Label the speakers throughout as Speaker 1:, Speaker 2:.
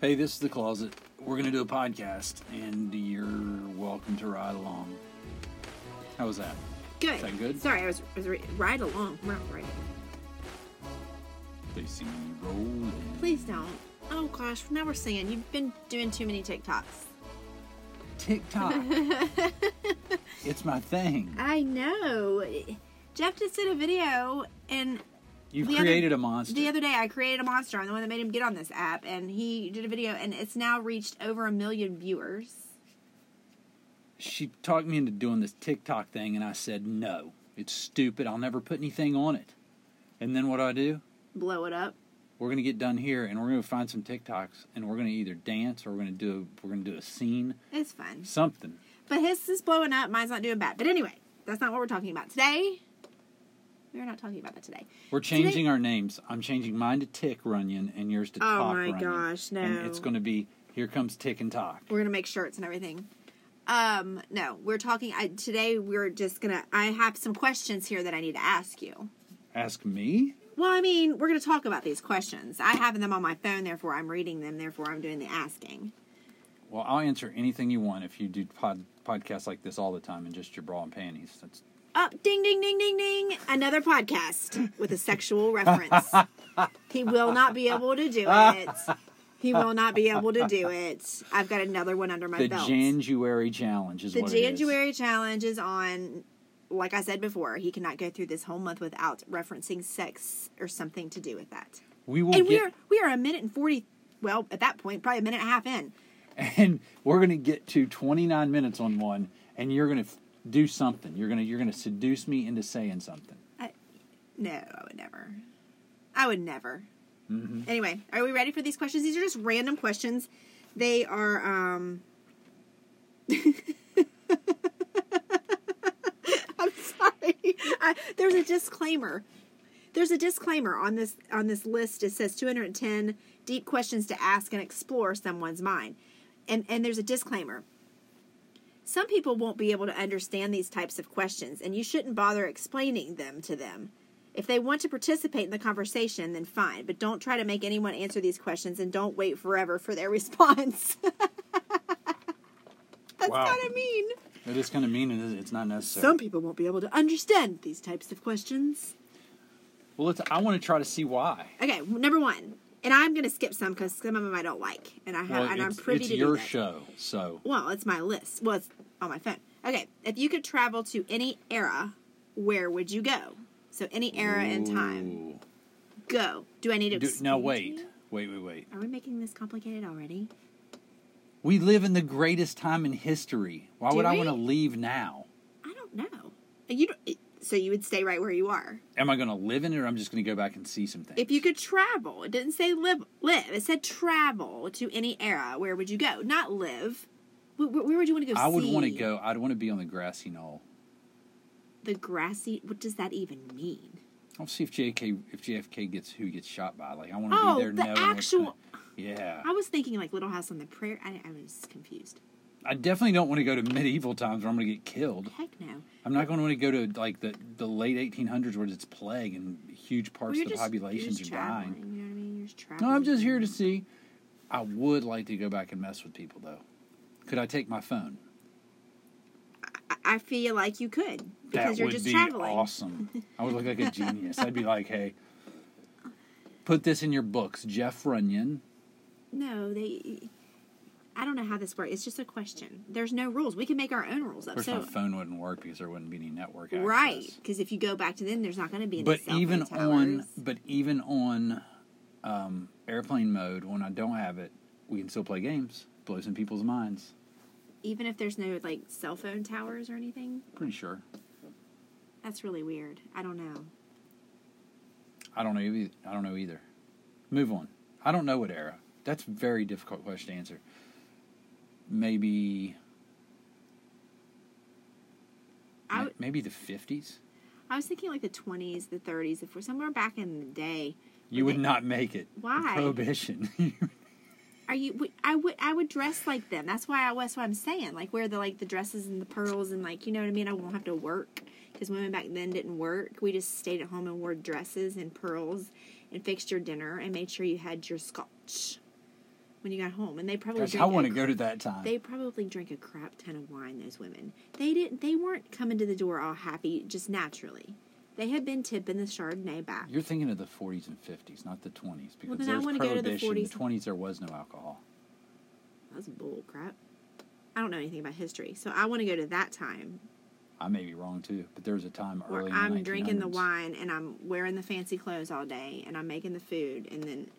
Speaker 1: Hey, this is the closet. We're gonna do a podcast, and you're welcome to ride along. How was that?
Speaker 2: Good.
Speaker 1: Is that good?
Speaker 2: Sorry, I was, I was re- right along. We're not right along.
Speaker 1: They see me rolling.
Speaker 2: Please don't. Oh gosh, now we're singing. You've been doing too many TikToks.
Speaker 1: TikTok. it's my thing.
Speaker 2: I know. Jeff just did a video, and
Speaker 1: You've
Speaker 2: the other-
Speaker 1: created a monster.
Speaker 2: the other day I created a monster. I'm the one that made him get on this app, and he did a video, and it's now reached over a million viewers.
Speaker 1: she talked me into doing this TikTok thing, and I said no. It's stupid. I'll never put anything on it. And then what do I do?
Speaker 2: Blow it up.
Speaker 1: We're gonna get done here, and we're gonna find some TikToks, and we're gonna either dance or we're gonna do a, we're gonna do a scene,
Speaker 2: It's fun.
Speaker 1: something.
Speaker 2: But his is blowing up. Mine's not doing bad. But anyway, that's not what we're talking about today. We're not talking about that today.
Speaker 1: We're changing our names. I'm changing mine to Tick Runyon and yours to
Speaker 2: Oh
Speaker 1: Talk
Speaker 2: my
Speaker 1: Runyon.
Speaker 2: gosh, no.
Speaker 1: And it's going to be here comes Tick and Talk.
Speaker 2: We're gonna make shirts and everything. Um, no, we're talking I, today. We're just gonna. I have some questions here that I need to ask you.
Speaker 1: Ask me.
Speaker 2: Well, I mean, we're gonna talk about these questions. I have them on my phone, therefore I'm reading them. Therefore, I'm doing the asking.
Speaker 1: Well, I'll answer anything you want if you do pod, podcasts like this all the time in just your bra and panties. That's
Speaker 2: Up, ding, ding, ding, ding, ding! Another podcast with a sexual reference. he will not be able to do it. He will not be able to do it. I've got another one under my
Speaker 1: the
Speaker 2: belt.
Speaker 1: January challenge is
Speaker 2: The
Speaker 1: what it is.
Speaker 2: January challenge is on. Like I said before, he cannot go through this whole month without referencing sex or something to do with that.
Speaker 1: We will
Speaker 2: and we
Speaker 1: get
Speaker 2: are we are a minute and forty. Well, at that point, probably a minute and a half in.
Speaker 1: and we're going to get to 29 minutes on one and you're going to do something. You're going to you're going to seduce me into saying something.
Speaker 2: I, no, I would never. I would never.
Speaker 1: Mm-hmm.
Speaker 2: Anyway, are we ready for these questions? These are just random questions. They are. um I'm sorry. I, there's a disclaimer. There's a disclaimer on this on this list. It says 210 deep questions to ask and explore someone's mind, and and there's a disclaimer. Some people won't be able to understand these types of questions, and you shouldn't bother explaining them to them. If they want to participate in the conversation, then fine, but don't try to make anyone answer these questions and don't wait forever for their response. That's
Speaker 1: Wow.
Speaker 2: kind of mean.
Speaker 1: It is kind of mean and it's not necessary.
Speaker 2: Some people won't be able to understand these types of questions.
Speaker 1: well, let's I want to try to see why.
Speaker 2: Okay, number one, and I'm going to skip some because some of them I don't like, and I have,
Speaker 1: Well,
Speaker 2: and I'm
Speaker 1: it's,
Speaker 2: privy
Speaker 1: it's
Speaker 2: to do
Speaker 1: your
Speaker 2: that.
Speaker 1: show, so
Speaker 2: Well, it's my list. Well, it's on my phone. Okay, if you could travel to any era, where would you go? So any era and time.
Speaker 1: Ooh.
Speaker 2: Go. Do I need to?
Speaker 1: Do,
Speaker 2: explain
Speaker 1: now
Speaker 2: to
Speaker 1: wait,
Speaker 2: you?
Speaker 1: wait, wait, wait.
Speaker 2: Are we making this complicated already?
Speaker 1: We live in the greatest time in history. Why
Speaker 2: Do
Speaker 1: would I
Speaker 2: we?
Speaker 1: want to leave now?
Speaker 2: I don't know. You don't, it- so you would stay right where you are
Speaker 1: Am I going to live in it, or I'm just going to go back and see some things?
Speaker 2: if you could travel. It didn't say live. Live. It said travel to any era. Where would you go? Not live. Where, where would you want to go?
Speaker 1: I would want to
Speaker 2: see?
Speaker 1: go. I'd want to be on the grassy knoll.
Speaker 2: The grassy. What does that even mean?
Speaker 1: I'll see if JK if JFK gets who gets shot by. Like I want to
Speaker 2: Oh,
Speaker 1: be there.
Speaker 2: the
Speaker 1: knowing what's
Speaker 2: actual.
Speaker 1: gonna- yeah,
Speaker 2: I was thinking like Little House on the Prairie. I, I was confused.
Speaker 1: I definitely don't want to go to medieval times where I'm going to get killed.
Speaker 2: Heck no.
Speaker 1: I'm not going to want to go to like the, the late 1800s where it's plague and huge parts
Speaker 2: Well,
Speaker 1: of the populations
Speaker 2: you're
Speaker 1: are
Speaker 2: just
Speaker 1: dying.
Speaker 2: traveling, You know what I mean? You're just traveling.
Speaker 1: No, I'm just here to see. I would like to go back and mess with people though. Could I take my phone?
Speaker 2: I, I feel like you could because
Speaker 1: that
Speaker 2: you're
Speaker 1: would
Speaker 2: just
Speaker 1: be
Speaker 2: traveling.
Speaker 1: awesome. I would look like a genius. I'd be like, hey, put this in your books, Jeff Runyon.
Speaker 2: No, they. I don't know how this works. It's just a question. There's no rules. We can make our own rules
Speaker 1: Of
Speaker 2: up.
Speaker 1: course,
Speaker 2: so
Speaker 1: my phone wouldn't work because there wouldn't be any network access.
Speaker 2: right, because if you go back to them, there's not going to be any.
Speaker 1: But
Speaker 2: cell phone
Speaker 1: even on,
Speaker 2: towers.
Speaker 1: but even on um, airplane mode, when I don't have it, we can still play games. Blows in people's minds.
Speaker 2: even if there's no like cell phone towers or anything,
Speaker 1: Pretty sure.
Speaker 2: that's really weird. I don't know.
Speaker 1: I don't know. eith- I don't know either. Move on. I don't know what era. That's a very difficult question to answer. Maybe.
Speaker 2: I
Speaker 1: ma-
Speaker 2: would-
Speaker 1: maybe the fifties.
Speaker 2: I was thinking like the 20s, the 30s, if we're somewhere back in the day.
Speaker 1: You would not make it.
Speaker 2: Why?
Speaker 1: Prohibition.
Speaker 2: Are you? would- I would. I would dress like them. That's why I. That's what I'm saying. Like wear the like the dresses and the pearls and like you know what I mean. I won't have to work because women back then didn't work. We just stayed at home and wore dresses and pearls and fixed your dinner and made sure you had your scotch. when you got home, and they probably
Speaker 1: Gosh,
Speaker 2: drink
Speaker 1: I want to
Speaker 2: a-
Speaker 1: go to that time.
Speaker 2: They probably drink a crap ton of wine. Those women, they didn't. They weren't coming to the door all happy just naturally. They had been tipping the Chardonnay back.
Speaker 1: You're thinking of the 40s and 50s, not the 20s, because
Speaker 2: then I
Speaker 1: there's
Speaker 2: wanna go to the
Speaker 1: prohibition.
Speaker 2: 40s.
Speaker 1: the 20s, there was no alcohol.
Speaker 2: That's bull crap. I don't know anything about history, so I want to go to that time
Speaker 1: I may be wrong too, but there was a time
Speaker 2: where
Speaker 1: early. in
Speaker 2: I'm
Speaker 1: the
Speaker 2: drinking the
Speaker 1: 1900s.
Speaker 2: wine and I'm wearing the fancy clothes all day and I'm making the food and then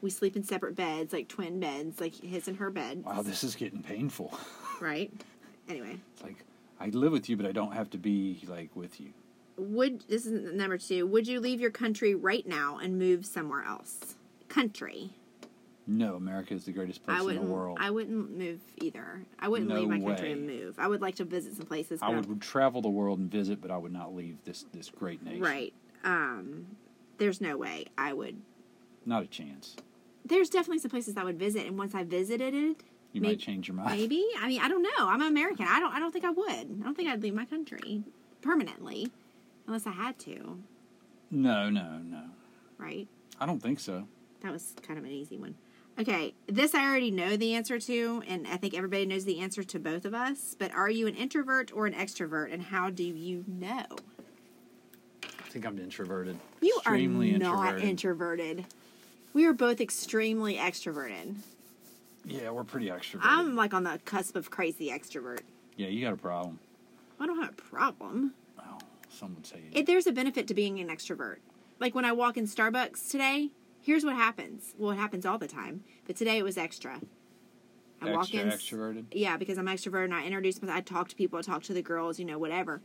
Speaker 2: we sleep in separate beds, like twin beds, like his and her bed.
Speaker 1: Wow, this is getting painful.
Speaker 2: Right? Anyway,
Speaker 1: It's like I live with you, but I don't have to be like with you.
Speaker 2: would this is number two? Would you leave your country right now and move somewhere else? Country.
Speaker 1: No, America is the greatest place
Speaker 2: I
Speaker 1: in
Speaker 2: wouldn't.
Speaker 1: the world.
Speaker 2: I wouldn't move either. I wouldn't
Speaker 1: No
Speaker 2: leave my country
Speaker 1: way.
Speaker 2: and move. I would like to visit some places.
Speaker 1: I
Speaker 2: but
Speaker 1: would travel the world and visit, but I would not leave this this great nation.
Speaker 2: Right. Um. There's no way I would
Speaker 1: Not a chance.
Speaker 2: there's definitely some places I would visit, and once I visited it,
Speaker 1: You
Speaker 2: may-
Speaker 1: might change your mind.
Speaker 2: Maybe I mean I don't know. I'm an American. I don't I don't think I would. I don't think I'd leave my country permanently, unless I had to.
Speaker 1: No, no, no.
Speaker 2: Right?
Speaker 1: I don't think so.
Speaker 2: That was kind of an easy one. Okay, this I already know the answer to, and I think everybody knows the answer to both of us. But are you an introvert or an extrovert, and how do you know?
Speaker 1: I think I'm introverted.
Speaker 2: You
Speaker 1: Extremely
Speaker 2: are not
Speaker 1: introverted.
Speaker 2: introverted. We are both extremely extroverted.
Speaker 1: yeah, we're pretty extroverted.
Speaker 2: I'm like on the cusp of crazy extrovert.
Speaker 1: yeah, you got a problem.
Speaker 2: I don't have a problem.
Speaker 1: Oh, some would say you
Speaker 2: it, there's a benefit to being an extrovert. Like when I walk in Starbucks today, here's what happens. Well, it happens all the time, but today it was extra. I
Speaker 1: extra
Speaker 2: walk in.
Speaker 1: extroverted.
Speaker 2: Yeah, because I'm extrovert and I introduce myself. I talk to people, I talk to the girls, you know, whatever.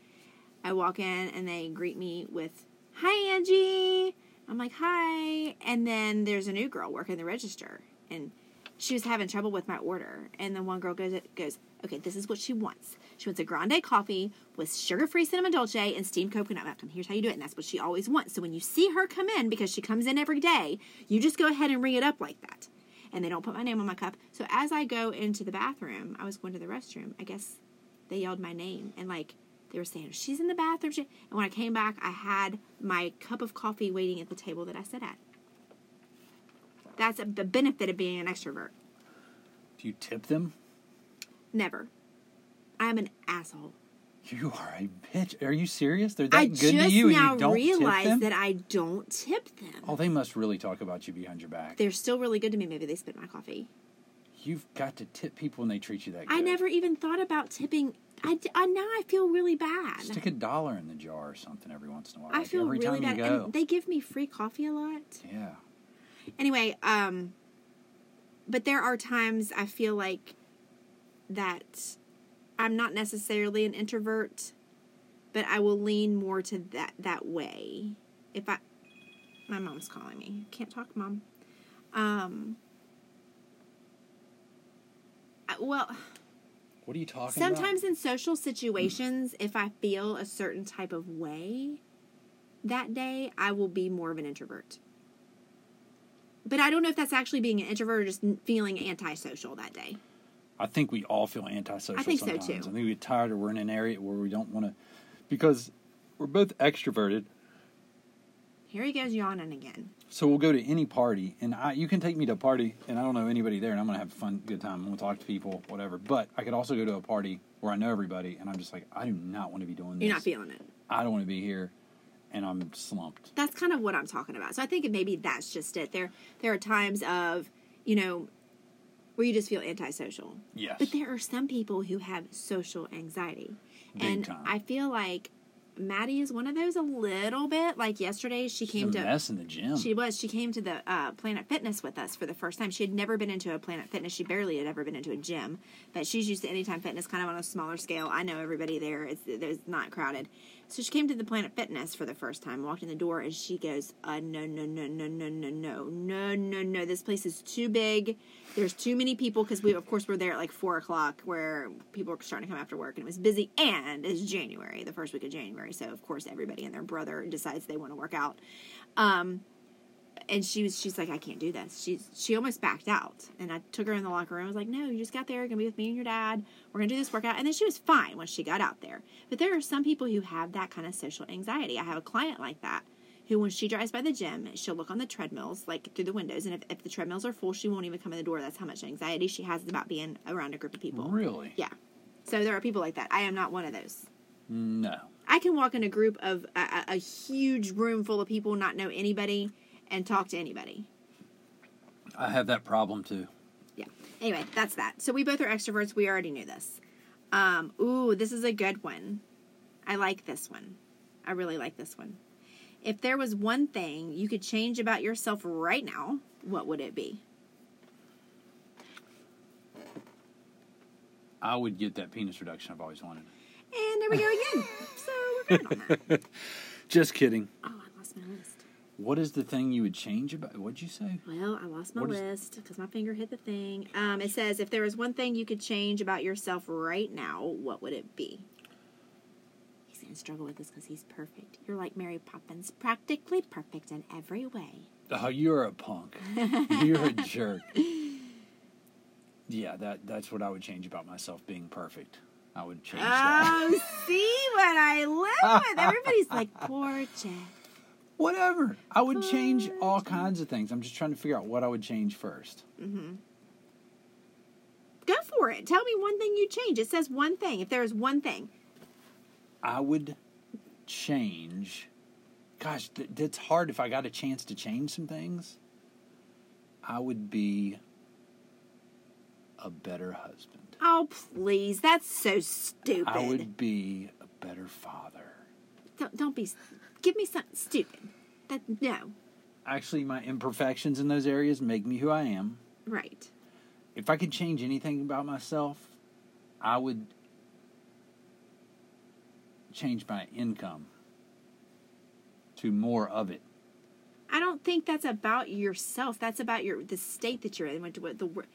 Speaker 2: I walk in and they greet me with, Hi, Angie. I'm like, Hi. And then there's a new girl working the register and she was having trouble with my order. And then one girl goes, goes Okay, this is what she wants. She wants a grande coffee with sugar free cinnamon dolce and steamed coconut milk. And here's how you do it. And that's what she always wants. So when you see her come in, because she comes in every day, you just go ahead and ring it up like that and they don't put my name on my cup. So as I go into the bathroom, I was going to the restroom. I guess they yelled my name and like they were saying she's in the bathroom. She... And when I came back, I had my cup of coffee waiting at the table that I sat at. That's a, the benefit of being an extrovert.
Speaker 1: Do you tip them?
Speaker 2: Never. I'm an asshole.
Speaker 1: You are a bitch. Are you serious? They're that
Speaker 2: I
Speaker 1: good to
Speaker 2: just
Speaker 1: you,
Speaker 2: now
Speaker 1: and you don't
Speaker 2: realize
Speaker 1: tip them?
Speaker 2: that I don't tip them.
Speaker 1: Oh, they must really talk about you behind your back.
Speaker 2: They're still really good to me. Maybe they spit my coffee.
Speaker 1: You've got to tip people when they treat you that good.
Speaker 2: I never even thought about tipping. I, d- I- now I feel really bad.
Speaker 1: stick a dollar in the jar or something every once in a while.
Speaker 2: I
Speaker 1: like
Speaker 2: feel
Speaker 1: every
Speaker 2: really
Speaker 1: time
Speaker 2: bad.
Speaker 1: you go.
Speaker 2: And they give me free coffee a lot.
Speaker 1: yeah.
Speaker 2: Anyway, um but there are times I feel like that I'm not necessarily an introvert, but I will lean more to that that way. If I my mom's calling me. Can't talk, mom. Um I- well,
Speaker 1: What are you talking about?
Speaker 2: sometimes in social situations if i feel a certain type of way that day i will be more of an introvert but i don't know if that's actually being an introvert or just n- feeling antisocial that day
Speaker 1: I think we all feel antisocial
Speaker 2: I think so,
Speaker 1: sometimes.
Speaker 2: too.
Speaker 1: I think we get tired or we're in an area where we don't want to because we're both extroverted.
Speaker 2: here he goes yawning again
Speaker 1: So we'll go to any party and I you can take me to a party and I don't know anybody there and I'm going to have a fun good time. I'm going to talk to people, whatever. But I could also go to a party where I know everybody and I'm just like I do not want to be doing this.
Speaker 2: you're not feeling it
Speaker 1: I don't want to be here and I'm slumped.
Speaker 2: that's kind of what i'm talking about so i think maybe that's just it there there are times of you know where you just feel antisocial
Speaker 1: Yes.
Speaker 2: But there are some people who have social anxiety.
Speaker 1: Big
Speaker 2: and
Speaker 1: time.
Speaker 2: I feel like Maddie is one of those a little bit. Like yesterday, she came
Speaker 1: a
Speaker 2: to.
Speaker 1: mess in the gym.
Speaker 2: She was. She came to the uh, Planet Fitness with us for the first time. She had never been into a Planet Fitness. She barely had ever been into a gym, but she's used to Anytime Fitness, kind of on a smaller scale. I know everybody there. It's, it's not crowded. So she came to the Planet Fitness for the first time. Walked in the door and she goes, uh, "No, no, no, no, no, no, no, no, no, no. This place is too big. There's too many people because we, of course, were there at like four o'clock, where people were starting to come after work, and it was busy. And it's January, the first week of January, so of course everybody and their brother decides they want to work out. Um, and she was she's like i can't do this she's she almost backed out and i took her in the locker room i was like no you just got there you're gonna be with me and your dad we're gonna do this workout and then she was fine when she got out there but there are some people who have that kind of social anxiety i have a client like that who, when she drives by the gym, she'll look on the treadmills, like through the windows. And if, if the treadmills are full, she won't even come in the door. That's how much anxiety she has about being around a group of people.
Speaker 1: Really?
Speaker 2: Yeah. So there are people like that. I am not one of those.
Speaker 1: No.
Speaker 2: I can walk in a group of a, a, a huge room full of people, not know anybody, and talk to anybody.
Speaker 1: I have that problem too.
Speaker 2: Yeah. Anyway, that's that. So we both are extroverts. We already knew this. Um, ooh, this is a good one. I like this one. I really like this one. If there was one thing you could change about yourself right now, what would it be?
Speaker 1: I would get that penis reduction I've always wanted.
Speaker 2: And there we go again. so we're good on that.
Speaker 1: Just kidding.
Speaker 2: Oh, I lost my list.
Speaker 1: What is the thing you would change about? What'd you say?
Speaker 2: Well, I lost my
Speaker 1: What is-
Speaker 2: list because my finger hit the thing. Um, it says, if there was one thing you could change about yourself right now, what would it be? He's going to struggle with this because he's perfect. You're like Mary Poppins, practically perfect in every way.
Speaker 1: Oh, you're a punk. you're a jerk. Yeah, that that's what I would change about myself. Being perfect, I would change that.
Speaker 2: Oh, see what I live with. Everybody's like, poor Jeff.
Speaker 1: Whatever. I would change all kinds of things. I'm just trying to figure out what I would change first.
Speaker 2: Go for it. Tell me one thing you change. It says one thing. If there is one thing,
Speaker 1: I would change. Gosh, th- that's hard. If I got a chance to change some things, I would be a better husband.
Speaker 2: oh, please. That's so stupid.
Speaker 1: I would be a better father.
Speaker 2: Don't, don't be. Give me something stupid. That no,
Speaker 1: Actually, my imperfections in those areas make me who I am.
Speaker 2: right.
Speaker 1: If I could change anything about myself, I would change my income to more of it.
Speaker 2: I don't think that's about yourself. That's about your the state that you're in. What, what the wor-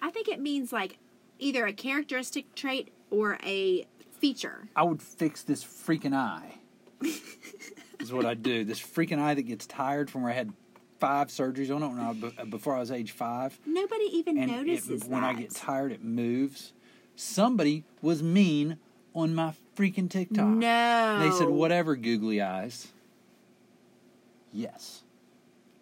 Speaker 2: I think it means like either a characteristic trait or a feature.
Speaker 1: I would fix this freaking eye. is what I'd do. This freaking eye that gets tired from where I had five surgeries on it when I, be- before I was age five.
Speaker 2: Nobody even
Speaker 1: and it-
Speaker 2: notices
Speaker 1: when
Speaker 2: that.
Speaker 1: I get tired, it moves. Somebody was mean on my freaking TikTok.
Speaker 2: no,
Speaker 1: They said, whatever, googly eyes. Yes,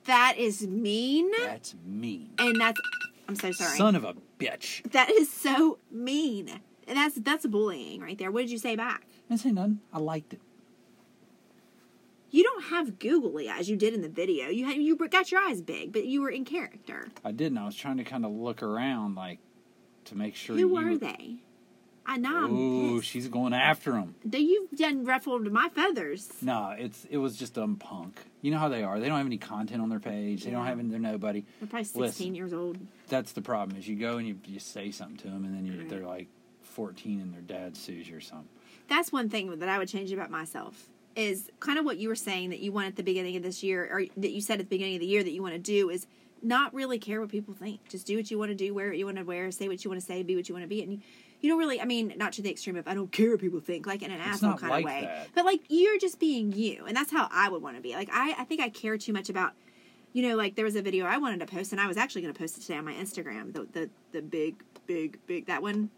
Speaker 2: That is mean,
Speaker 1: that's mean.
Speaker 2: and that's. I'm so sorry.
Speaker 1: Son of a bitch.
Speaker 2: that is so mean. And that's that's bullying right there. What did you say back?
Speaker 1: I didn't say nothing. I liked it.
Speaker 2: You don't have googly eyes. You did in the video. You had you got your eyes big, but you were in character.
Speaker 1: I didn't. I was trying to kind of look around, like, to make sure.
Speaker 2: Who
Speaker 1: you
Speaker 2: are they? I know. I'm
Speaker 1: Oh,
Speaker 2: pissed.
Speaker 1: she's going after him.
Speaker 2: Though You've done ruffled my feathers.
Speaker 1: No, it's it was just um punk. You know how they are. They don't have any content on their page. They don't
Speaker 2: Yeah.
Speaker 1: have any. They're nobody.
Speaker 2: I'm probably 16
Speaker 1: Listen.
Speaker 2: years old.
Speaker 1: that's the problem is you go and you, you say something to them and then you,
Speaker 2: Right.
Speaker 1: they're like 14 and their dad sues you or something
Speaker 2: That's one thing that I would change about myself is kind of what you were saying that you want at the beginning of this year, or that you said at the beginning of the year that you want to do is not really care what people think. Just do what you want to do, wear what you want to wear, say what you want to say, be what you want to be, and you, you don't really. I mean, not to the extreme of I don't care what people think, like in an asshole
Speaker 1: not
Speaker 2: kind
Speaker 1: like
Speaker 2: of way.
Speaker 1: that.
Speaker 2: But like you're just being you, and that's how I would want to be. Like I, I think I care too much about. You know, like there was a video I wanted to post, and I was actually going to post it today on my Instagram. The the the big big big that one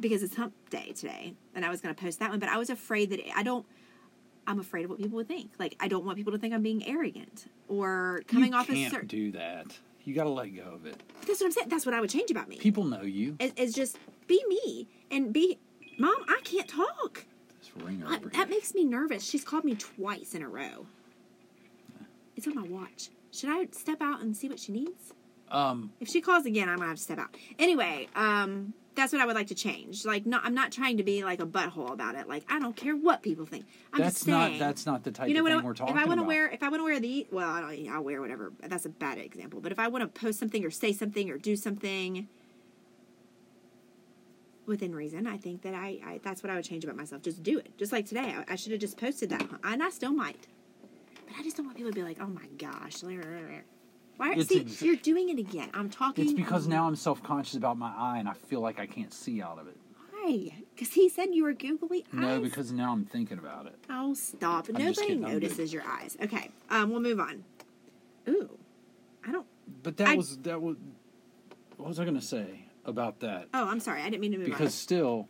Speaker 2: because it's Hump Day today, and I was going to post that one, but I was afraid that it, I don't. I'm afraid of what people would think. Like I don't want people to think I'm being arrogant or coming
Speaker 1: you
Speaker 2: off
Speaker 1: can't
Speaker 2: as certain.
Speaker 1: do that you got to let go of it
Speaker 2: That's what I'm saying. That's what I would change about me.
Speaker 1: people know you
Speaker 2: is, is just be me and be mom. I can't talk.
Speaker 1: this ringer
Speaker 2: I,
Speaker 1: over
Speaker 2: that
Speaker 1: here.
Speaker 2: makes me nervous. She's called me twice in a row. It's on my watch. Should I step out and see what she needs?
Speaker 1: um
Speaker 2: If she calls again, I'm gonna have to step out. Anyway, um, that's what I would like to change. Like, no, I'm not trying to be like a butthole about it. Like, I don't care what people think. I'm
Speaker 1: that's
Speaker 2: just
Speaker 1: not
Speaker 2: saying.
Speaker 1: that's not the type
Speaker 2: you know
Speaker 1: of
Speaker 2: what?
Speaker 1: thing
Speaker 2: I,
Speaker 1: we're
Speaker 2: if
Speaker 1: talking
Speaker 2: I want to
Speaker 1: about
Speaker 2: wear, if I want to wear the, well, I don't, I'll wear whatever. That's a bad example. But if I want to post something or say something or do something within reason, I think that I, I that's what I would change about myself. Just do it. Just like today, I, I should have just posted that, and I still might. But I just don't want people to be like, oh my gosh. Why? are
Speaker 1: It's
Speaker 2: see,
Speaker 1: ex-
Speaker 2: you're doing it again. I'm talking.
Speaker 1: it's because now i'm self-conscious about my eye and i feel like i can't see out of it
Speaker 2: Why? Because he said you were googly eyes.
Speaker 1: no because now i'm thinking about it
Speaker 2: Oh, stop.
Speaker 1: just
Speaker 2: Nobody
Speaker 1: kidding. I'm good.
Speaker 2: notices your eyes. Okay, um, we'll move on. Ooh, I don't.
Speaker 1: but that
Speaker 2: I-
Speaker 1: was that was what was i going to say about that
Speaker 2: Oh, I'm sorry. I didn't mean to move
Speaker 1: because still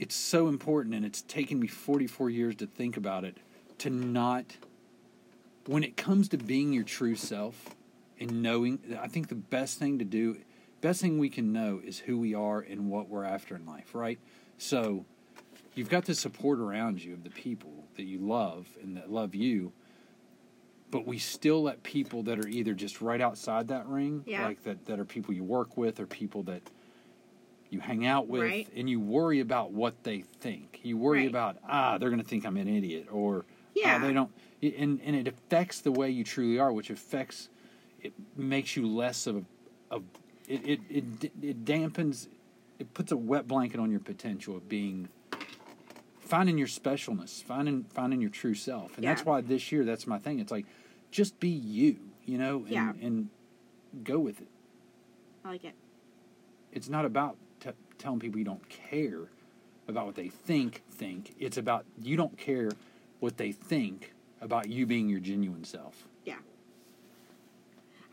Speaker 1: it's so important and it's taken me 44 years to think about it to not when it comes to being your true self and knowing I think the best thing to do best thing we can know is who we are and what we're after in life, right? So you've got the support around you of the people that you love and that love you but we still let people that are either just right outside that ring
Speaker 2: Yeah.
Speaker 1: like that that are people you work with or people that you hang out with
Speaker 2: Right.
Speaker 1: and you worry about what they think you worry
Speaker 2: Right.
Speaker 1: about ah they're going to think i'm an idiot or
Speaker 2: Yeah.
Speaker 1: ah, they don't and and it affects the way you truly are which affects it makes you less of a of it it, it, d- it dampens it puts a wet blanket on your potential of being finding your specialness, finding finding your true self, and that's
Speaker 2: Yeah.
Speaker 1: why this year that's my thing. It's like just be you, you know, and,
Speaker 2: Yeah.
Speaker 1: and go with it.
Speaker 2: I like it.
Speaker 1: It's not about t- telling people you don't care about what they think. Think it's about you don't care what they think about you being your genuine self.
Speaker 2: Yeah.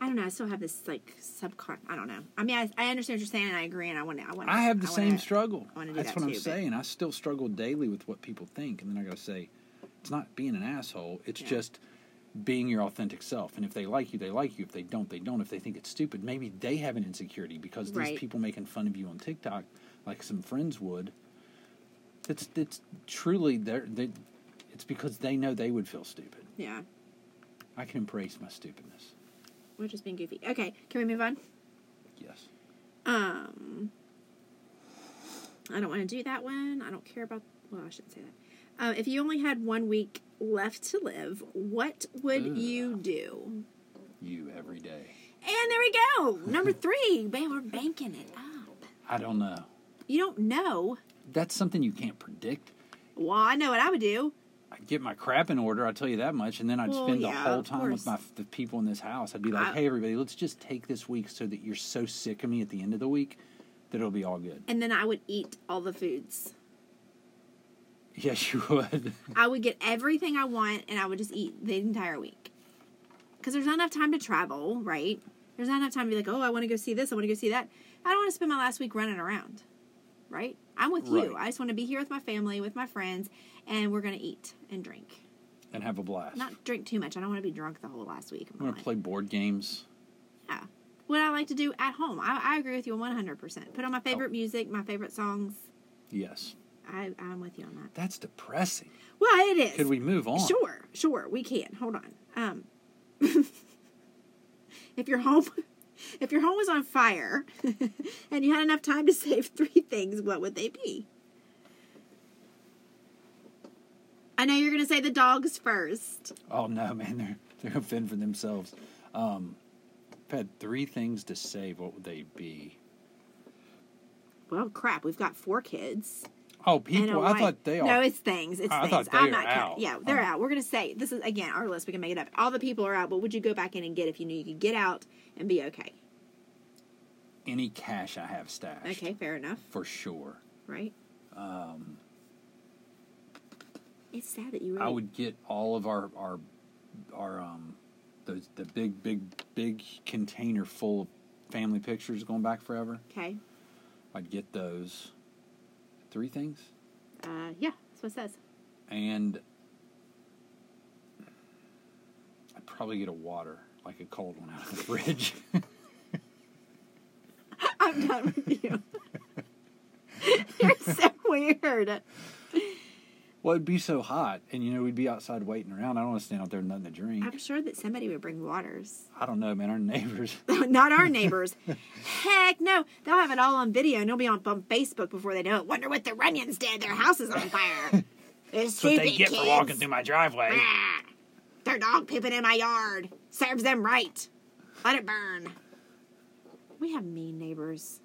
Speaker 2: I don't know. I still have this like subcon. I don't know. I mean, I, I understand what you're saying, and I agree, and I want to. I want.
Speaker 1: I have the same
Speaker 2: wanna,
Speaker 1: struggle.
Speaker 2: I wanna do
Speaker 1: That's
Speaker 2: that
Speaker 1: what I'm
Speaker 2: too, but-
Speaker 1: saying. I still struggle daily with what people think, and then I gotta say, it's not being an asshole. It's
Speaker 2: Yeah.
Speaker 1: just being your authentic self. And if they like you, they like you. If they don't, they don't. If they think it's stupid, maybe they have an insecurity because these
Speaker 2: Right.
Speaker 1: people making fun of you on TikTok, like some friends would. It's it's truly they're, they it's because they know they would feel stupid.
Speaker 2: Yeah,
Speaker 1: I can embrace my stupidness.
Speaker 2: we're just being goofy. Okay, can we move on?
Speaker 1: Yes.
Speaker 2: Um, I don't want to do that one. I don't care about. Well, I shouldn't say that. Uh, if you only had one week left to live, what would
Speaker 1: Ugh.
Speaker 2: you do?
Speaker 1: You every day.
Speaker 2: And there we go. Number three. Babe, we're banking it up.
Speaker 1: I don't know.
Speaker 2: You don't know.
Speaker 1: That's something you can't predict.
Speaker 2: Well, I know what I would do.
Speaker 1: I'd get my crap in order, I tell you that much, and then I'd
Speaker 2: Well,
Speaker 1: spend the
Speaker 2: yeah,
Speaker 1: whole
Speaker 2: of
Speaker 1: time with
Speaker 2: course.
Speaker 1: my the people in this house. I'd be like,
Speaker 2: I-
Speaker 1: "Hey, everybody, let's just take this week so that you're so sick of me at the end of the week that it'll be all good."
Speaker 2: And then I would eat all the foods.
Speaker 1: Yes, you would.
Speaker 2: I would get everything I want and I would just eat the entire week. Because there's not enough time to travel, right? There's not enough time to be like, oh, I want to go see this, I want to go see that. I don't want to spend my last week running around, right? I'm with you.
Speaker 1: Right.
Speaker 2: I just want to be here with my family, with my friends, and we're going to eat and drink.
Speaker 1: and have a blast.
Speaker 2: Not drink too much. I don't want to be drunk the whole last week. of
Speaker 1: I'm
Speaker 2: my
Speaker 1: gonna
Speaker 2: life.
Speaker 1: play board games.
Speaker 2: Yeah. What I like to do at home. I, I agree with you 100%. Put on
Speaker 1: Oh.
Speaker 2: my favorite music, my favorite songs.
Speaker 1: Yes,
Speaker 2: I, I'm with you on that.
Speaker 1: that's depressing.
Speaker 2: Well, it is.
Speaker 1: Could we move on?
Speaker 2: Sure, sure, we can. Hold on. Um, if your home, if your home was on fire, and you had enough time to save three things, what would they be? I know you're gonna say the dogs first.
Speaker 1: Oh no, man, they're they're gonna fend for themselves. Um, if I had three things to save, what would they be?
Speaker 2: Well, crap, we've got four kids.
Speaker 1: Oh,
Speaker 2: and a
Speaker 1: people, I
Speaker 2: wife.
Speaker 1: thought they
Speaker 2: No,
Speaker 1: are.
Speaker 2: it's things. It's
Speaker 1: I
Speaker 2: things.
Speaker 1: thought they
Speaker 2: I'm
Speaker 1: are
Speaker 2: not.
Speaker 1: out.
Speaker 2: Out. Yeah, they're
Speaker 1: Um,
Speaker 2: out. We're gonna say this is again our list. We can make it up. All the people are out, but would you go back in and get if you knew you could get out and be okay?
Speaker 1: any cash I have stashed,
Speaker 2: Okay, fair enough.
Speaker 1: for sure.
Speaker 2: right? Um, it's sad that you. Really,
Speaker 1: I would get all of our our our um those the big big big container full of family pictures going back forever.
Speaker 2: Okay.
Speaker 1: I'd get those three things
Speaker 2: Uh, yeah, that's what it says.
Speaker 1: and I'd probably get a water like a cold one out of the fridge.
Speaker 2: I'm done with you. You're so weird.
Speaker 1: well, it'd be so hot, and you know we'd be outside waiting around. I don't want to stand out there with nothing to drink.
Speaker 2: I'm sure that somebody would bring waters.
Speaker 1: I don't know, man. Our neighbors.
Speaker 2: Not our neighbors. Heck no. They'll have it all on video and it'll be on, on Facebook before they know it. Wonder what the Runyons did. Their house is on fire. It's
Speaker 1: That's what they
Speaker 2: stupid
Speaker 1: get
Speaker 2: kids.
Speaker 1: for walking through my driveway.
Speaker 2: Ah, their dog pooping in my yard. Serves them right. Let it burn. We have mean neighbors.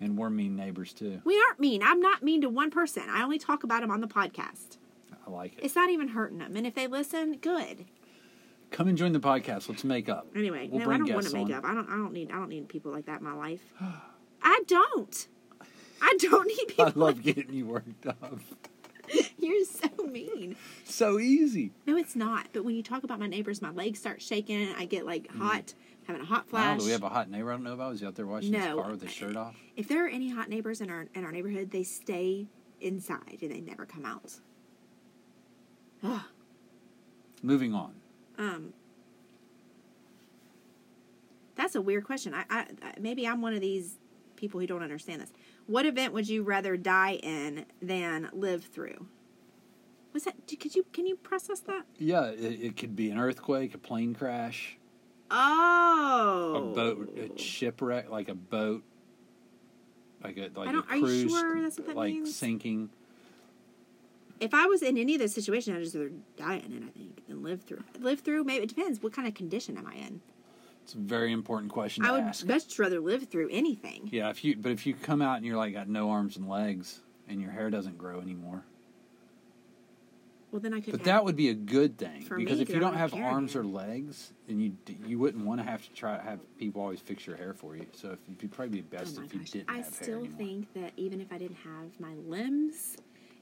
Speaker 1: And we're mean neighbors too.
Speaker 2: We aren't mean. I'm not mean to one person. I only talk about them on the podcast.
Speaker 1: I like it.
Speaker 2: It's not even hurting them. And if they listen, good.
Speaker 1: Come and join the podcast. Let's make up.
Speaker 2: Anyway,
Speaker 1: We'll
Speaker 2: no, I
Speaker 1: bring
Speaker 2: don't want to
Speaker 1: guests
Speaker 2: make
Speaker 1: on.
Speaker 2: up. I don't. I don't need. I don't need people like that in my life. I don't. I don't need people.
Speaker 1: I love getting you worked up.
Speaker 2: You're so mean.
Speaker 1: So easy.
Speaker 2: No, it's not. But when you talk about my neighbors, my legs start shaking. I get like hot, having a hot
Speaker 1: Wow,
Speaker 2: flash.
Speaker 1: do we have a hot neighbor? I Mm. don't know about. Was he out there washing his
Speaker 2: No.
Speaker 1: car with his shirt off?
Speaker 2: if there are any hot neighbors in our in our neighborhood, they stay inside and they never come out. Ugh.
Speaker 1: Moving on.
Speaker 2: Um, that's a weird question. I, I I- maybe I'm one of these people who don't understand this. What event would you rather die in than live through? Was that? d- Could you? Can you process that?
Speaker 1: Yeah, it, it could be an earthquake, a plane crash,
Speaker 2: Oh,
Speaker 1: a boat, a shipwreck, like a boat, like a like
Speaker 2: I don't-
Speaker 1: a
Speaker 2: are you
Speaker 1: cruise,
Speaker 2: sure that's what that
Speaker 1: like
Speaker 2: means?
Speaker 1: sinking.
Speaker 2: if I was in any of those situations, I'd just rather die in it. I think than live through. Live through. Maybe it depends. What kind of condition am I in?
Speaker 1: It's a very important question to
Speaker 2: I would
Speaker 1: ask.
Speaker 2: much rather live through anything.
Speaker 1: Yeah, if you but if you come out and you're like got no arms and legs and your hair doesn't grow anymore.
Speaker 2: Well, then I could.
Speaker 1: But
Speaker 2: have-
Speaker 1: that would be a good thing
Speaker 2: For
Speaker 1: because
Speaker 2: me,
Speaker 1: if
Speaker 2: dude,
Speaker 1: you
Speaker 2: I
Speaker 1: don't
Speaker 2: don't
Speaker 1: have
Speaker 2: care
Speaker 1: arms or
Speaker 2: anymore.
Speaker 1: legs, then you d- you wouldn't want to have to try to have people always fix your hair for you. So if, it'd probably be best
Speaker 2: Oh my
Speaker 1: if you
Speaker 2: gosh.
Speaker 1: didn't
Speaker 2: I
Speaker 1: have hair
Speaker 2: still
Speaker 1: anymore.
Speaker 2: think that even if I didn't have my limbs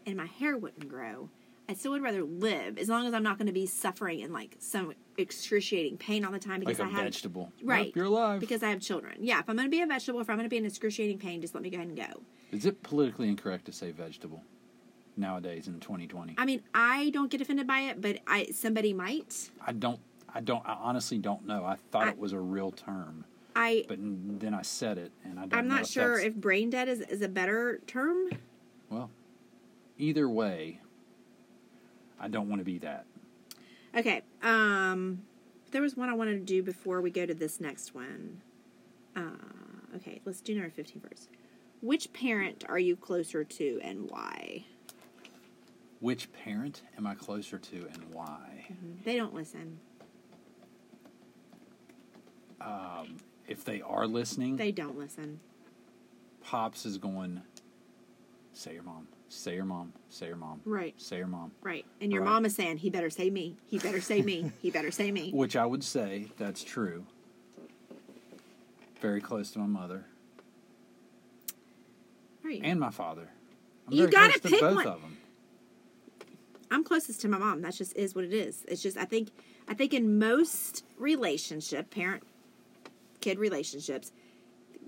Speaker 2: and my hair wouldn't grow, I still would rather live as long as I'm not going to be suffering in like some excruciating pain all the time because
Speaker 1: like a
Speaker 2: I have
Speaker 1: vegetable, Nope,
Speaker 2: right
Speaker 1: you're alive.
Speaker 2: because I have children. Yeah, if I'm going to be a vegetable, if I'm going to be in excruciating pain, just let me go ahead and go.
Speaker 1: Is it politically incorrect to say vegetable nowadays in 2020?
Speaker 2: I mean, I don't get offended by it, but I somebody might.
Speaker 1: I don't. I don't. I honestly don't know. I thought
Speaker 2: I-
Speaker 1: it was a real term,
Speaker 2: I
Speaker 1: but n- then I said it, and I don't
Speaker 2: I'm
Speaker 1: know
Speaker 2: not
Speaker 1: if
Speaker 2: sure
Speaker 1: that's-
Speaker 2: if brain dead is, is a better term.
Speaker 1: Well, either way, I don't want to be that.
Speaker 2: Okay. Um, there was one I wanted to do before we go to this next one. Uh, okay, let's do number 15 first. Which parent are you closer to and why?
Speaker 1: Which parent am I closer to, and why?
Speaker 2: They don't listen.
Speaker 1: If they are listening,
Speaker 2: They don't listen.
Speaker 1: pops is going. Say your mom. Say your mom. Say your mom.
Speaker 2: Right.
Speaker 1: Say your mom.
Speaker 2: Right. And your
Speaker 1: Right.
Speaker 2: mom is saying, he better say me. He better say me. he better say me.
Speaker 1: Which I would say that's true. Very close to my mother.
Speaker 2: Right.
Speaker 1: and my father. I'm
Speaker 2: You
Speaker 1: very
Speaker 2: gotta
Speaker 1: close to
Speaker 2: pick
Speaker 1: both
Speaker 2: one.
Speaker 1: of them.
Speaker 2: I'm closest to my mom. That just is what it is. It's just I think I think in most relationship, parent kid relationships,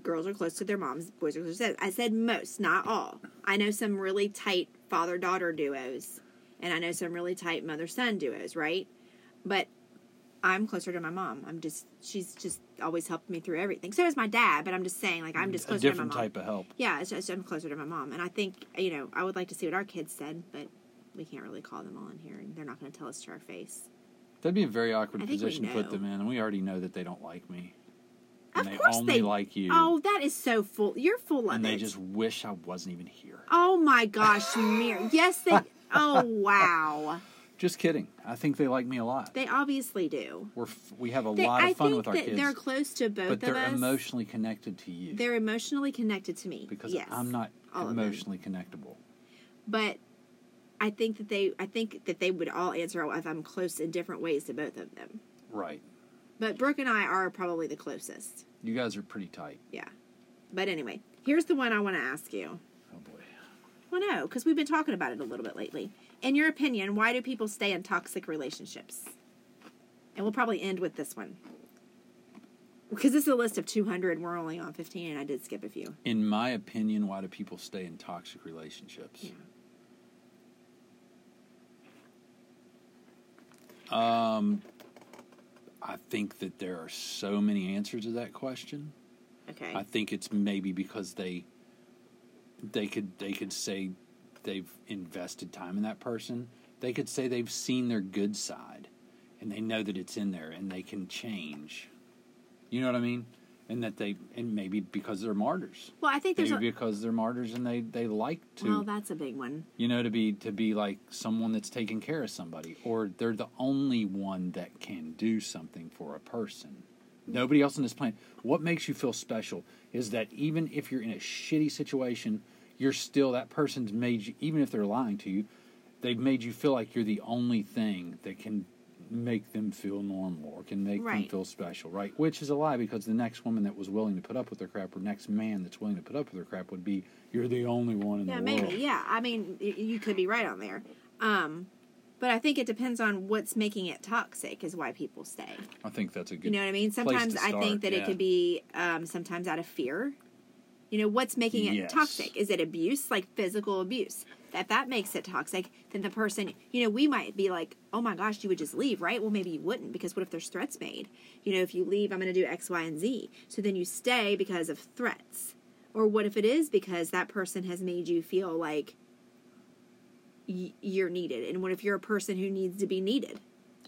Speaker 2: girls are close to their moms, boys are close to theirs. I said most, not all. I know some really tight father daughter duos, and I know some really tight mother son duos, right? But I'm closer to my mom. I'm just she's just always helped me through everything. So is my dad, but I'm just saying like I'm just
Speaker 1: Mm, A
Speaker 2: closer to my
Speaker 1: different
Speaker 2: mom.
Speaker 1: type of help.
Speaker 2: Yeah, it's just, I'm closer to my mom, and I think you know I would like to see what our kids said, but we can't really call them all in here, and they're not going to tell us to our face.
Speaker 1: That'd be a very
Speaker 2: I
Speaker 1: awkward
Speaker 2: think we
Speaker 1: position to put
Speaker 2: know.
Speaker 1: them in, and we already know that they don't like me.
Speaker 2: Of
Speaker 1: And they
Speaker 2: course
Speaker 1: only
Speaker 2: they
Speaker 1: like you.
Speaker 2: Oh, that is so full. You're full of
Speaker 1: and
Speaker 2: it.
Speaker 1: they just wish I wasn't even here.
Speaker 2: Oh my gosh, Mir. Yes, they. Oh wow,
Speaker 1: Just kidding. I think they like me a lot.
Speaker 2: they obviously do.
Speaker 1: We're f- we have a
Speaker 2: They,
Speaker 1: lot
Speaker 2: I
Speaker 1: of fun
Speaker 2: think
Speaker 1: with our
Speaker 2: that
Speaker 1: kids,
Speaker 2: they're close to both
Speaker 1: but they're
Speaker 2: of us.
Speaker 1: emotionally connected to you
Speaker 2: They're emotionally connected to me
Speaker 1: because
Speaker 2: yes,
Speaker 1: I'm not
Speaker 2: all of them.
Speaker 1: emotionally connectable.
Speaker 2: But I think that they, I think that they would all answer if I'm close in different ways to both of them.
Speaker 1: Right.
Speaker 2: But Brooke and I are probably the closest.
Speaker 1: You guys are pretty tight.
Speaker 2: Yeah. But anyway, here's the one I want to ask you.
Speaker 1: Oh boy.
Speaker 2: Well, no, because we've been talking about it a little bit lately. In your opinion, why do people stay in toxic relationships? And we'll probably end with this one. Because this is a list of 200, we're only on 15, and I did skip a few.
Speaker 1: In my opinion, why do people stay in toxic relationships?
Speaker 2: Yeah.
Speaker 1: Um, I think that there are so many answers to that question.
Speaker 2: Okay.
Speaker 1: I think it's maybe because they they could they could say they've invested time in that person. They could say they've seen their good side and they know that it's in there and they can change. You know what I mean? And that they and maybe because they're martyrs.
Speaker 2: well, I think there's
Speaker 1: Maybe
Speaker 2: a.
Speaker 1: because they're martyrs and they they like to
Speaker 2: Well, that's a big one.
Speaker 1: you know to be to be like someone that's taking care of somebody or they're the only one that can do something for a person nobody else on this planet what makes you feel special is that even if you're in a shitty situation you're still that person's made you even if they're lying to you they've made you feel like you're the only thing that can make them feel normal or can make them
Speaker 2: Right.
Speaker 1: feel special right which is a lie because the next woman that was willing to put up with their crap or next man that's willing to put up with their crap would be you're the only one in
Speaker 2: Yeah,
Speaker 1: the
Speaker 2: maybe.
Speaker 1: world
Speaker 2: Yeah, I mean, y- you could be right on there. Um, but I think it depends on what's making it toxic, is why people stay.
Speaker 1: I think that's a good.
Speaker 2: You know what I mean?
Speaker 1: place
Speaker 2: Sometimes
Speaker 1: to
Speaker 2: I think
Speaker 1: start,
Speaker 2: that
Speaker 1: yeah.
Speaker 2: it could be um, sometimes out of fear. You know, what's making it
Speaker 1: Yes.
Speaker 2: toxic? Is it abuse, like physical abuse? If that makes it toxic, then the person, you know, we might be like, oh my gosh, you would just leave, right? Well, maybe you wouldn't because what if there's threats made? You know, if you leave, I'm going to do X, Y, and Z. So then you stay because of threats. Or what if it is because that person has made you feel like y- you're needed? And what if you're a person who needs to be needed?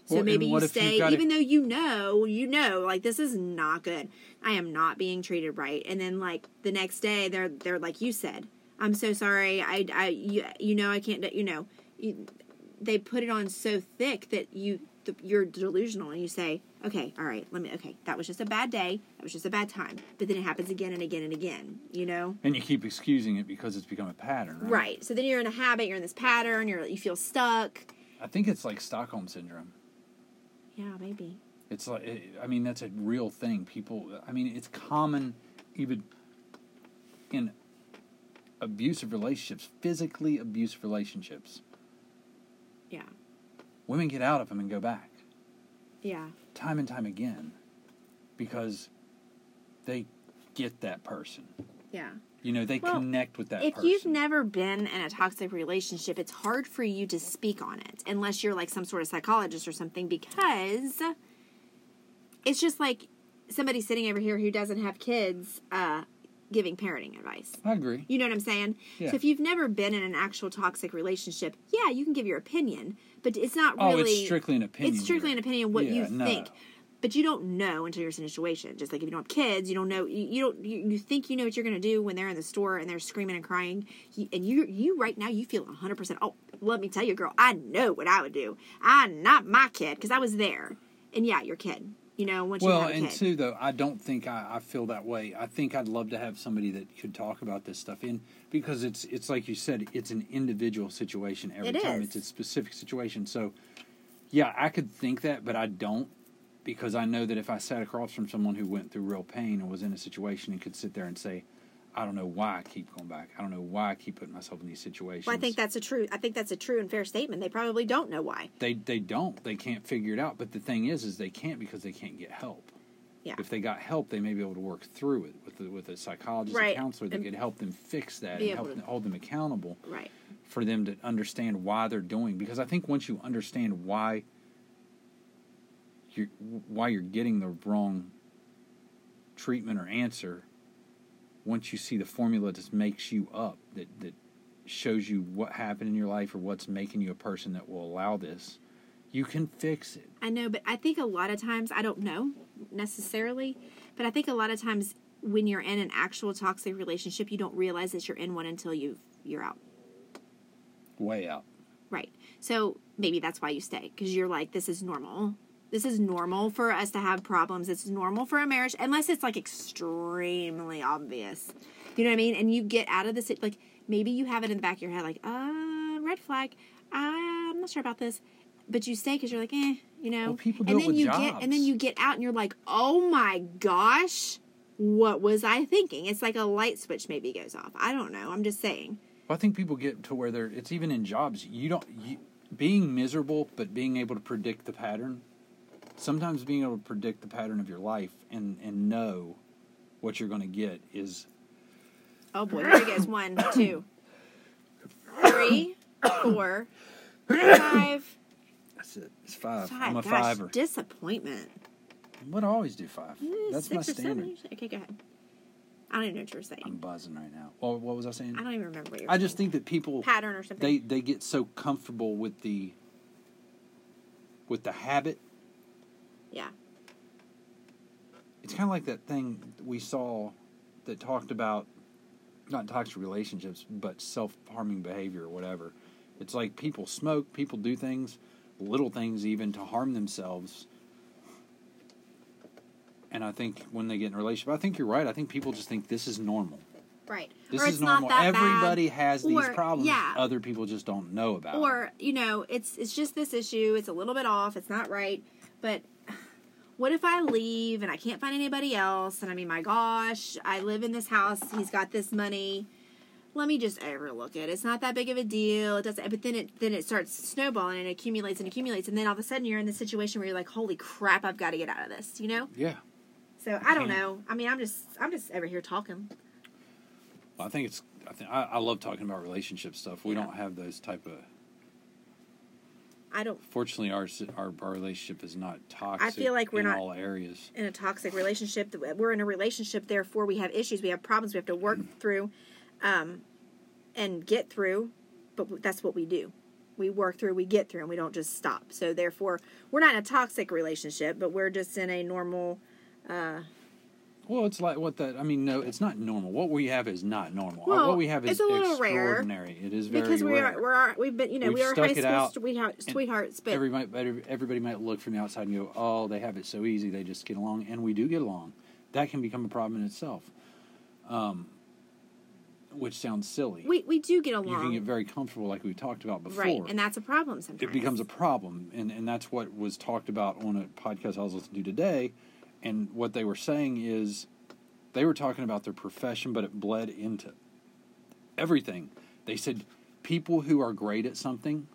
Speaker 2: So
Speaker 1: Well,
Speaker 2: maybe
Speaker 1: and
Speaker 2: you
Speaker 1: what if you've
Speaker 2: stay,
Speaker 1: got a-
Speaker 2: even though you know, you know, like this is not good. I am not being treated right. And then like the next day, they're they're like you said, I'm so sorry. I I you, you know I can't. do- You know, you, they put it on so thick that you th- you're delusional and you say, okay, all right, let me. Okay, that was just a bad day. That was just a bad time. But then it happens again and again and again. You know.
Speaker 1: And you keep excusing it because it's become a pattern, right?
Speaker 2: Right. So then you're in a habit. You're in this pattern. You're you feel stuck.
Speaker 1: I think it's like Stockholm syndrome.
Speaker 2: Yeah, maybe.
Speaker 1: It's like I mean that's a real thing. People, I mean it's common, even in abusive relationships, physically abusive relationships.
Speaker 2: Yeah.
Speaker 1: Women get out of them and go back,
Speaker 2: Yeah.
Speaker 1: time and time again, because they get that person.
Speaker 2: Yeah.
Speaker 1: You know, they
Speaker 2: Well,
Speaker 1: connect with that
Speaker 2: if
Speaker 1: person.
Speaker 2: you've never been in a toxic relationship, it's hard for you to speak on it unless you're like some sort of psychologist or something because it's just like somebody sitting over here who doesn't have kids uh, giving parenting advice.
Speaker 1: I agree.
Speaker 2: You know what I'm saying?
Speaker 1: Yeah.
Speaker 2: So if you've never been in an actual toxic relationship, yeah, you can give your opinion, but it's not
Speaker 1: Oh,
Speaker 2: really
Speaker 1: it's strictly an opinion.
Speaker 2: it's strictly
Speaker 1: here.
Speaker 2: an opinion what you
Speaker 1: Yeah, no.
Speaker 2: think but you don't know until you're in a situation just like if you don't have kids you don't know you, you don't you, you think you know what you're going to do when they're in the store and they're screaming and crying you, and you you right now you feel 100% oh let me tell you girl i know what i would do i not my kid because i was there and yeah your kid you know once
Speaker 1: Well,
Speaker 2: you have a
Speaker 1: and
Speaker 2: kid
Speaker 1: two though, I don't think I, I feel that way. I think I'd love to have somebody that could talk about this stuff in because it's it's like you said, it's an individual situation every
Speaker 2: It
Speaker 1: time.
Speaker 2: is.
Speaker 1: It's a specific situation. So yeah, I could think that, but I don't because I know that if I sat across from someone who went through real pain and was in a situation and could sit there and say, I don't know why I keep going back. I don't know why I keep putting myself in these situations.
Speaker 2: well, i think that's a true i think that's a true and fair statement they probably don't know why
Speaker 1: they they don't. They can't figure it out. But the thing is is they can't because they can't get help.
Speaker 2: yeah
Speaker 1: if they got help, they may be able to work through it with a, with a psychologist,
Speaker 2: Right.
Speaker 1: a counselor that
Speaker 2: And
Speaker 1: could help them fix that
Speaker 2: be
Speaker 1: and help
Speaker 2: able to-
Speaker 1: them, hold them accountable
Speaker 2: right
Speaker 1: for them to understand why they're doing. Because I think once you understand why you're why you're getting the wrong treatment or answer, once you see the formula that makes you up, that that shows you what happened in your life or what's making you a person that will allow this, you can fix it.
Speaker 2: I know, but I think a lot of times, I don't know necessarily, but I think a lot of times when you're in an actual toxic relationship, you don't realize that you're in one until you you're out.
Speaker 1: Way out.
Speaker 2: Right. So maybe that's why you stay because you're like, this is normal. This is normal for us to have problems. It's normal for a marriage, unless it's like extremely obvious. You know what I mean? And you get out of this, like maybe you have it in the back of your head, like, uh, red flag. I'm not sure about this, but you stay because you're like, eh, you know.
Speaker 1: Well, people do
Speaker 2: and
Speaker 1: it
Speaker 2: then
Speaker 1: with
Speaker 2: you get, and then
Speaker 1: jobs.
Speaker 2: you get out, and you're like, oh my gosh, what was I thinking? It's like a light switch maybe goes off. I don't know. I'm just saying.
Speaker 1: Well, I think people get to where they're. It's even in jobs. You don't you, being miserable, but being able to predict the pattern. Sometimes being able to predict the pattern of your life and and know what you're going to get is
Speaker 2: Oh boy, there he goes. One, two, three, four, five,
Speaker 1: that's it. It's five.
Speaker 2: five.
Speaker 1: Uh, I'm a
Speaker 2: Gosh,
Speaker 1: fiver.
Speaker 2: disappointment.
Speaker 1: what I always do five.
Speaker 2: Eh,
Speaker 1: That's
Speaker 2: six
Speaker 1: my
Speaker 2: or seven
Speaker 1: standard.
Speaker 2: usually. Okay, go ahead. I don't even know what you were saying.
Speaker 1: I'm buzzing right now. Well, what was I saying?
Speaker 2: I don't even remember what you were
Speaker 1: I just
Speaker 2: saying.
Speaker 1: think that people
Speaker 2: pattern or
Speaker 1: they
Speaker 2: something.
Speaker 1: they get so comfortable with the with the habit
Speaker 2: yeah.
Speaker 1: it's kind of like that thing we saw that talked about not toxic relationships but self-harming behavior or whatever it's like people smoke people do things little things even to harm themselves and i think when they get in a relationship i think you're right i think people just think this is normal
Speaker 2: Right.
Speaker 1: this
Speaker 2: or
Speaker 1: is
Speaker 2: it's
Speaker 1: normal
Speaker 2: not that bad.
Speaker 1: everybody has these
Speaker 2: Or-
Speaker 1: problems
Speaker 2: Yeah.
Speaker 1: other people just don't know about
Speaker 2: or you know it's it's just this issue it's a little bit off it's not right but what if i leave and i can't find anybody else and i mean my gosh i live in this house he's got this money let me just overlook it it's not that big of a deal it doesn't but then it then it starts snowballing and it accumulates and accumulates and then all of a sudden you're in the situation where you're like holy crap i've got to get out of this you know
Speaker 1: yeah
Speaker 2: so i don't
Speaker 1: Yeah.
Speaker 2: know i mean i'm just i'm just over here talking
Speaker 1: Well, I think it's. I think I, I love talking about relationship stuff. We
Speaker 2: Yeah.
Speaker 1: don't have those type of.
Speaker 2: I don't
Speaker 1: Fortunately, our s- our, our relationship is not toxic.
Speaker 2: like we're
Speaker 1: in
Speaker 2: not-
Speaker 1: all areas.
Speaker 2: in a toxic relationship. that We're in a relationship, therefore we have issues, we have problems, we have to work
Speaker 1: Mm.
Speaker 2: through, um, and get through. But that's what we do. We work through, we get through, and we don't just stop. So therefore, we're not in a toxic relationship, but we're just in a normal.
Speaker 1: Well, it's like what that. I mean, no, it's not normal. What we have is not normal. Uh,
Speaker 2: Well,
Speaker 1: what we have is
Speaker 2: it's a little rare,
Speaker 1: extraordinary. it is very
Speaker 2: Because we
Speaker 1: rare.
Speaker 2: are, we're are, we've been, you know,
Speaker 1: We've
Speaker 2: we are
Speaker 1: stuck
Speaker 2: high
Speaker 1: it
Speaker 2: school
Speaker 1: out,
Speaker 2: sweetheart, sweethearts, but
Speaker 1: everybody, might- everybody might look from the outside and go, "Oh, they have it so easy; they just get along." And we do get along. That can become a problem in itself, um, which sounds silly.
Speaker 2: we we do get
Speaker 1: you can
Speaker 2: along,
Speaker 1: get very comfortable, like we talked about before.
Speaker 2: right? And that's a problem sometimes.
Speaker 1: it becomes a problem, and and that's what was talked about on a podcast I was listening to today. And what they were saying is, they were talking about their profession, but it bled into everything. They said people who are great at something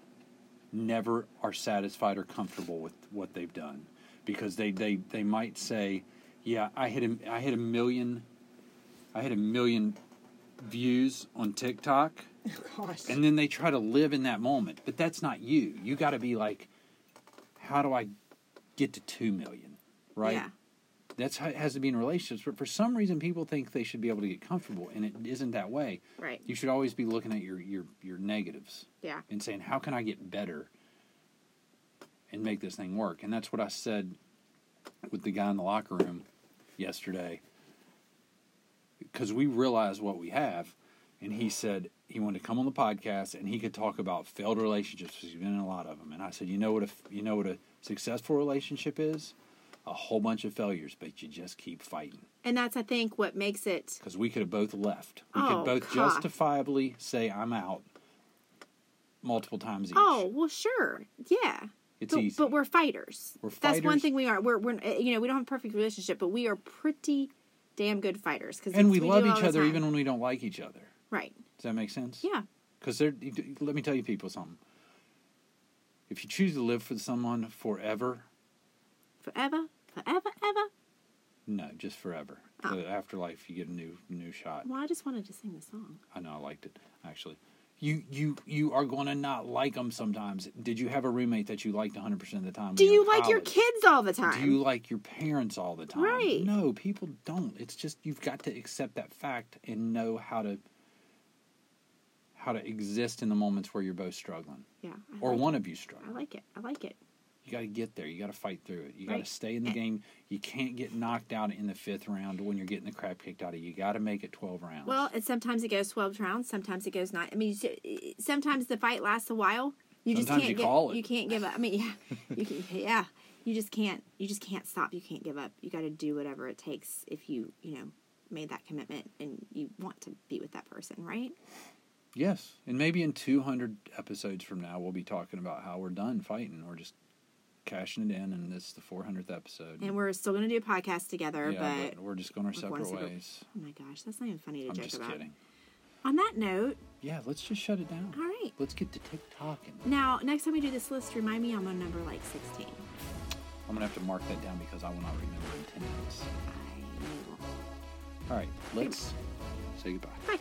Speaker 1: never are satisfied or comfortable with what they've done because they they they might say, "Yeah, I hit a, I hit a million, I hit a million views on TikTok."
Speaker 2: Gosh.
Speaker 1: And then they try to live in that moment, but that's not you. You got to be like, "How do I get to two million? Right?
Speaker 2: Yeah.
Speaker 1: That's how it has to be in relationships. But for some reason, people think they should be able to get comfortable, and it isn't that way.
Speaker 2: Right.
Speaker 1: You should always be looking at your your your negatives
Speaker 2: Yeah.
Speaker 1: and saying, "How can I get better and make this thing work?" And that's what I said with the guy in the locker room yesterday because we realize what we have. And he said he wanted to come on the podcast and he could talk about failed relationships because he's been in a lot of them. And I said, you know what? A, you know what a successful relationship is? A whole bunch of failures, but you just keep fighting
Speaker 2: And that's I think what makes it
Speaker 1: because we could have both left. We
Speaker 2: Oh,
Speaker 1: could both
Speaker 2: God.
Speaker 1: justifiably say I'm out multiple times each.
Speaker 2: Oh well, sure, yeah.
Speaker 1: It's
Speaker 2: but,
Speaker 1: easy.
Speaker 2: but we're fighters.
Speaker 1: We're
Speaker 2: That's one
Speaker 1: fighters.
Speaker 2: thing we are. We're we're uh, you know we don't have a perfect relationship, but we are pretty damn good fighters. Cause
Speaker 1: and
Speaker 2: it's-
Speaker 1: we,
Speaker 2: do
Speaker 1: love
Speaker 2: all
Speaker 1: each
Speaker 2: the
Speaker 1: other
Speaker 2: time.
Speaker 1: even when we don't like each other.
Speaker 2: right.
Speaker 1: Does that make sense?
Speaker 2: Yeah,
Speaker 1: Because they're. you d- Let me tell you, people, something. If you choose to live for someone forever,
Speaker 2: forever, forever, ever.
Speaker 1: no, just forever.
Speaker 2: Oh.
Speaker 1: The afterlife, you get a new new shot.
Speaker 2: Well, I just wanted to sing the song.
Speaker 1: I know I liked it actually. You you you are going to not like them sometimes. Did you have a roommate that you liked 100 percent of the time? when
Speaker 2: Do
Speaker 1: were
Speaker 2: you
Speaker 1: in
Speaker 2: like your
Speaker 1: college?
Speaker 2: kids all the time?
Speaker 1: Do you like your parents all the time?
Speaker 2: Right.
Speaker 1: No, people don't. It's just you've got to accept that fact and know how to how to exist in the moments where you're both struggling
Speaker 2: yeah, I
Speaker 1: or
Speaker 2: like
Speaker 1: one of you
Speaker 2: It. I
Speaker 1: struggling.
Speaker 2: like it. I like it.
Speaker 1: You got to get there. You got to fight through it. You got
Speaker 2: Right.
Speaker 1: to stay in the game. You can't get knocked out in the fifth round when you're getting the crap kicked out of you. You got to make it 12 rounds.
Speaker 2: Well, and sometimes it goes twelve rounds. Sometimes it goes nine. I mean, you s- sometimes the fight lasts a while. You just
Speaker 1: Sometimes
Speaker 2: can't
Speaker 1: you
Speaker 2: get,
Speaker 1: call it.
Speaker 2: You can't give up. I mean, yeah, you can, yeah. You just can't. You just can't stop. You can't give up. You got to do whatever it takes if you you know made that commitment and you want to be with that person, right?
Speaker 1: yes. And maybe in 200 episodes from now we'll be talking about how we're done fighting. We're just cashing it in and this is the 400th episode.
Speaker 2: And we're still gonna do a podcast together,
Speaker 1: yeah,
Speaker 2: but,
Speaker 1: but we're just going our
Speaker 2: we're going
Speaker 1: separate
Speaker 2: separate-
Speaker 1: ways.
Speaker 2: oh my gosh, that's not even funny to
Speaker 1: I'm
Speaker 2: joke
Speaker 1: just
Speaker 2: about.
Speaker 1: kidding.
Speaker 2: On that note,
Speaker 1: Yeah, let's just shut it down.
Speaker 2: all right.
Speaker 1: Let's get to TikTok. And
Speaker 2: Now, next time we do this list, remind me I'm on number like 16.
Speaker 1: I'm going to have to mark that down because I will not remember in 10 minutes.
Speaker 2: I will.
Speaker 1: All right, let's say goodbye.
Speaker 2: Bye.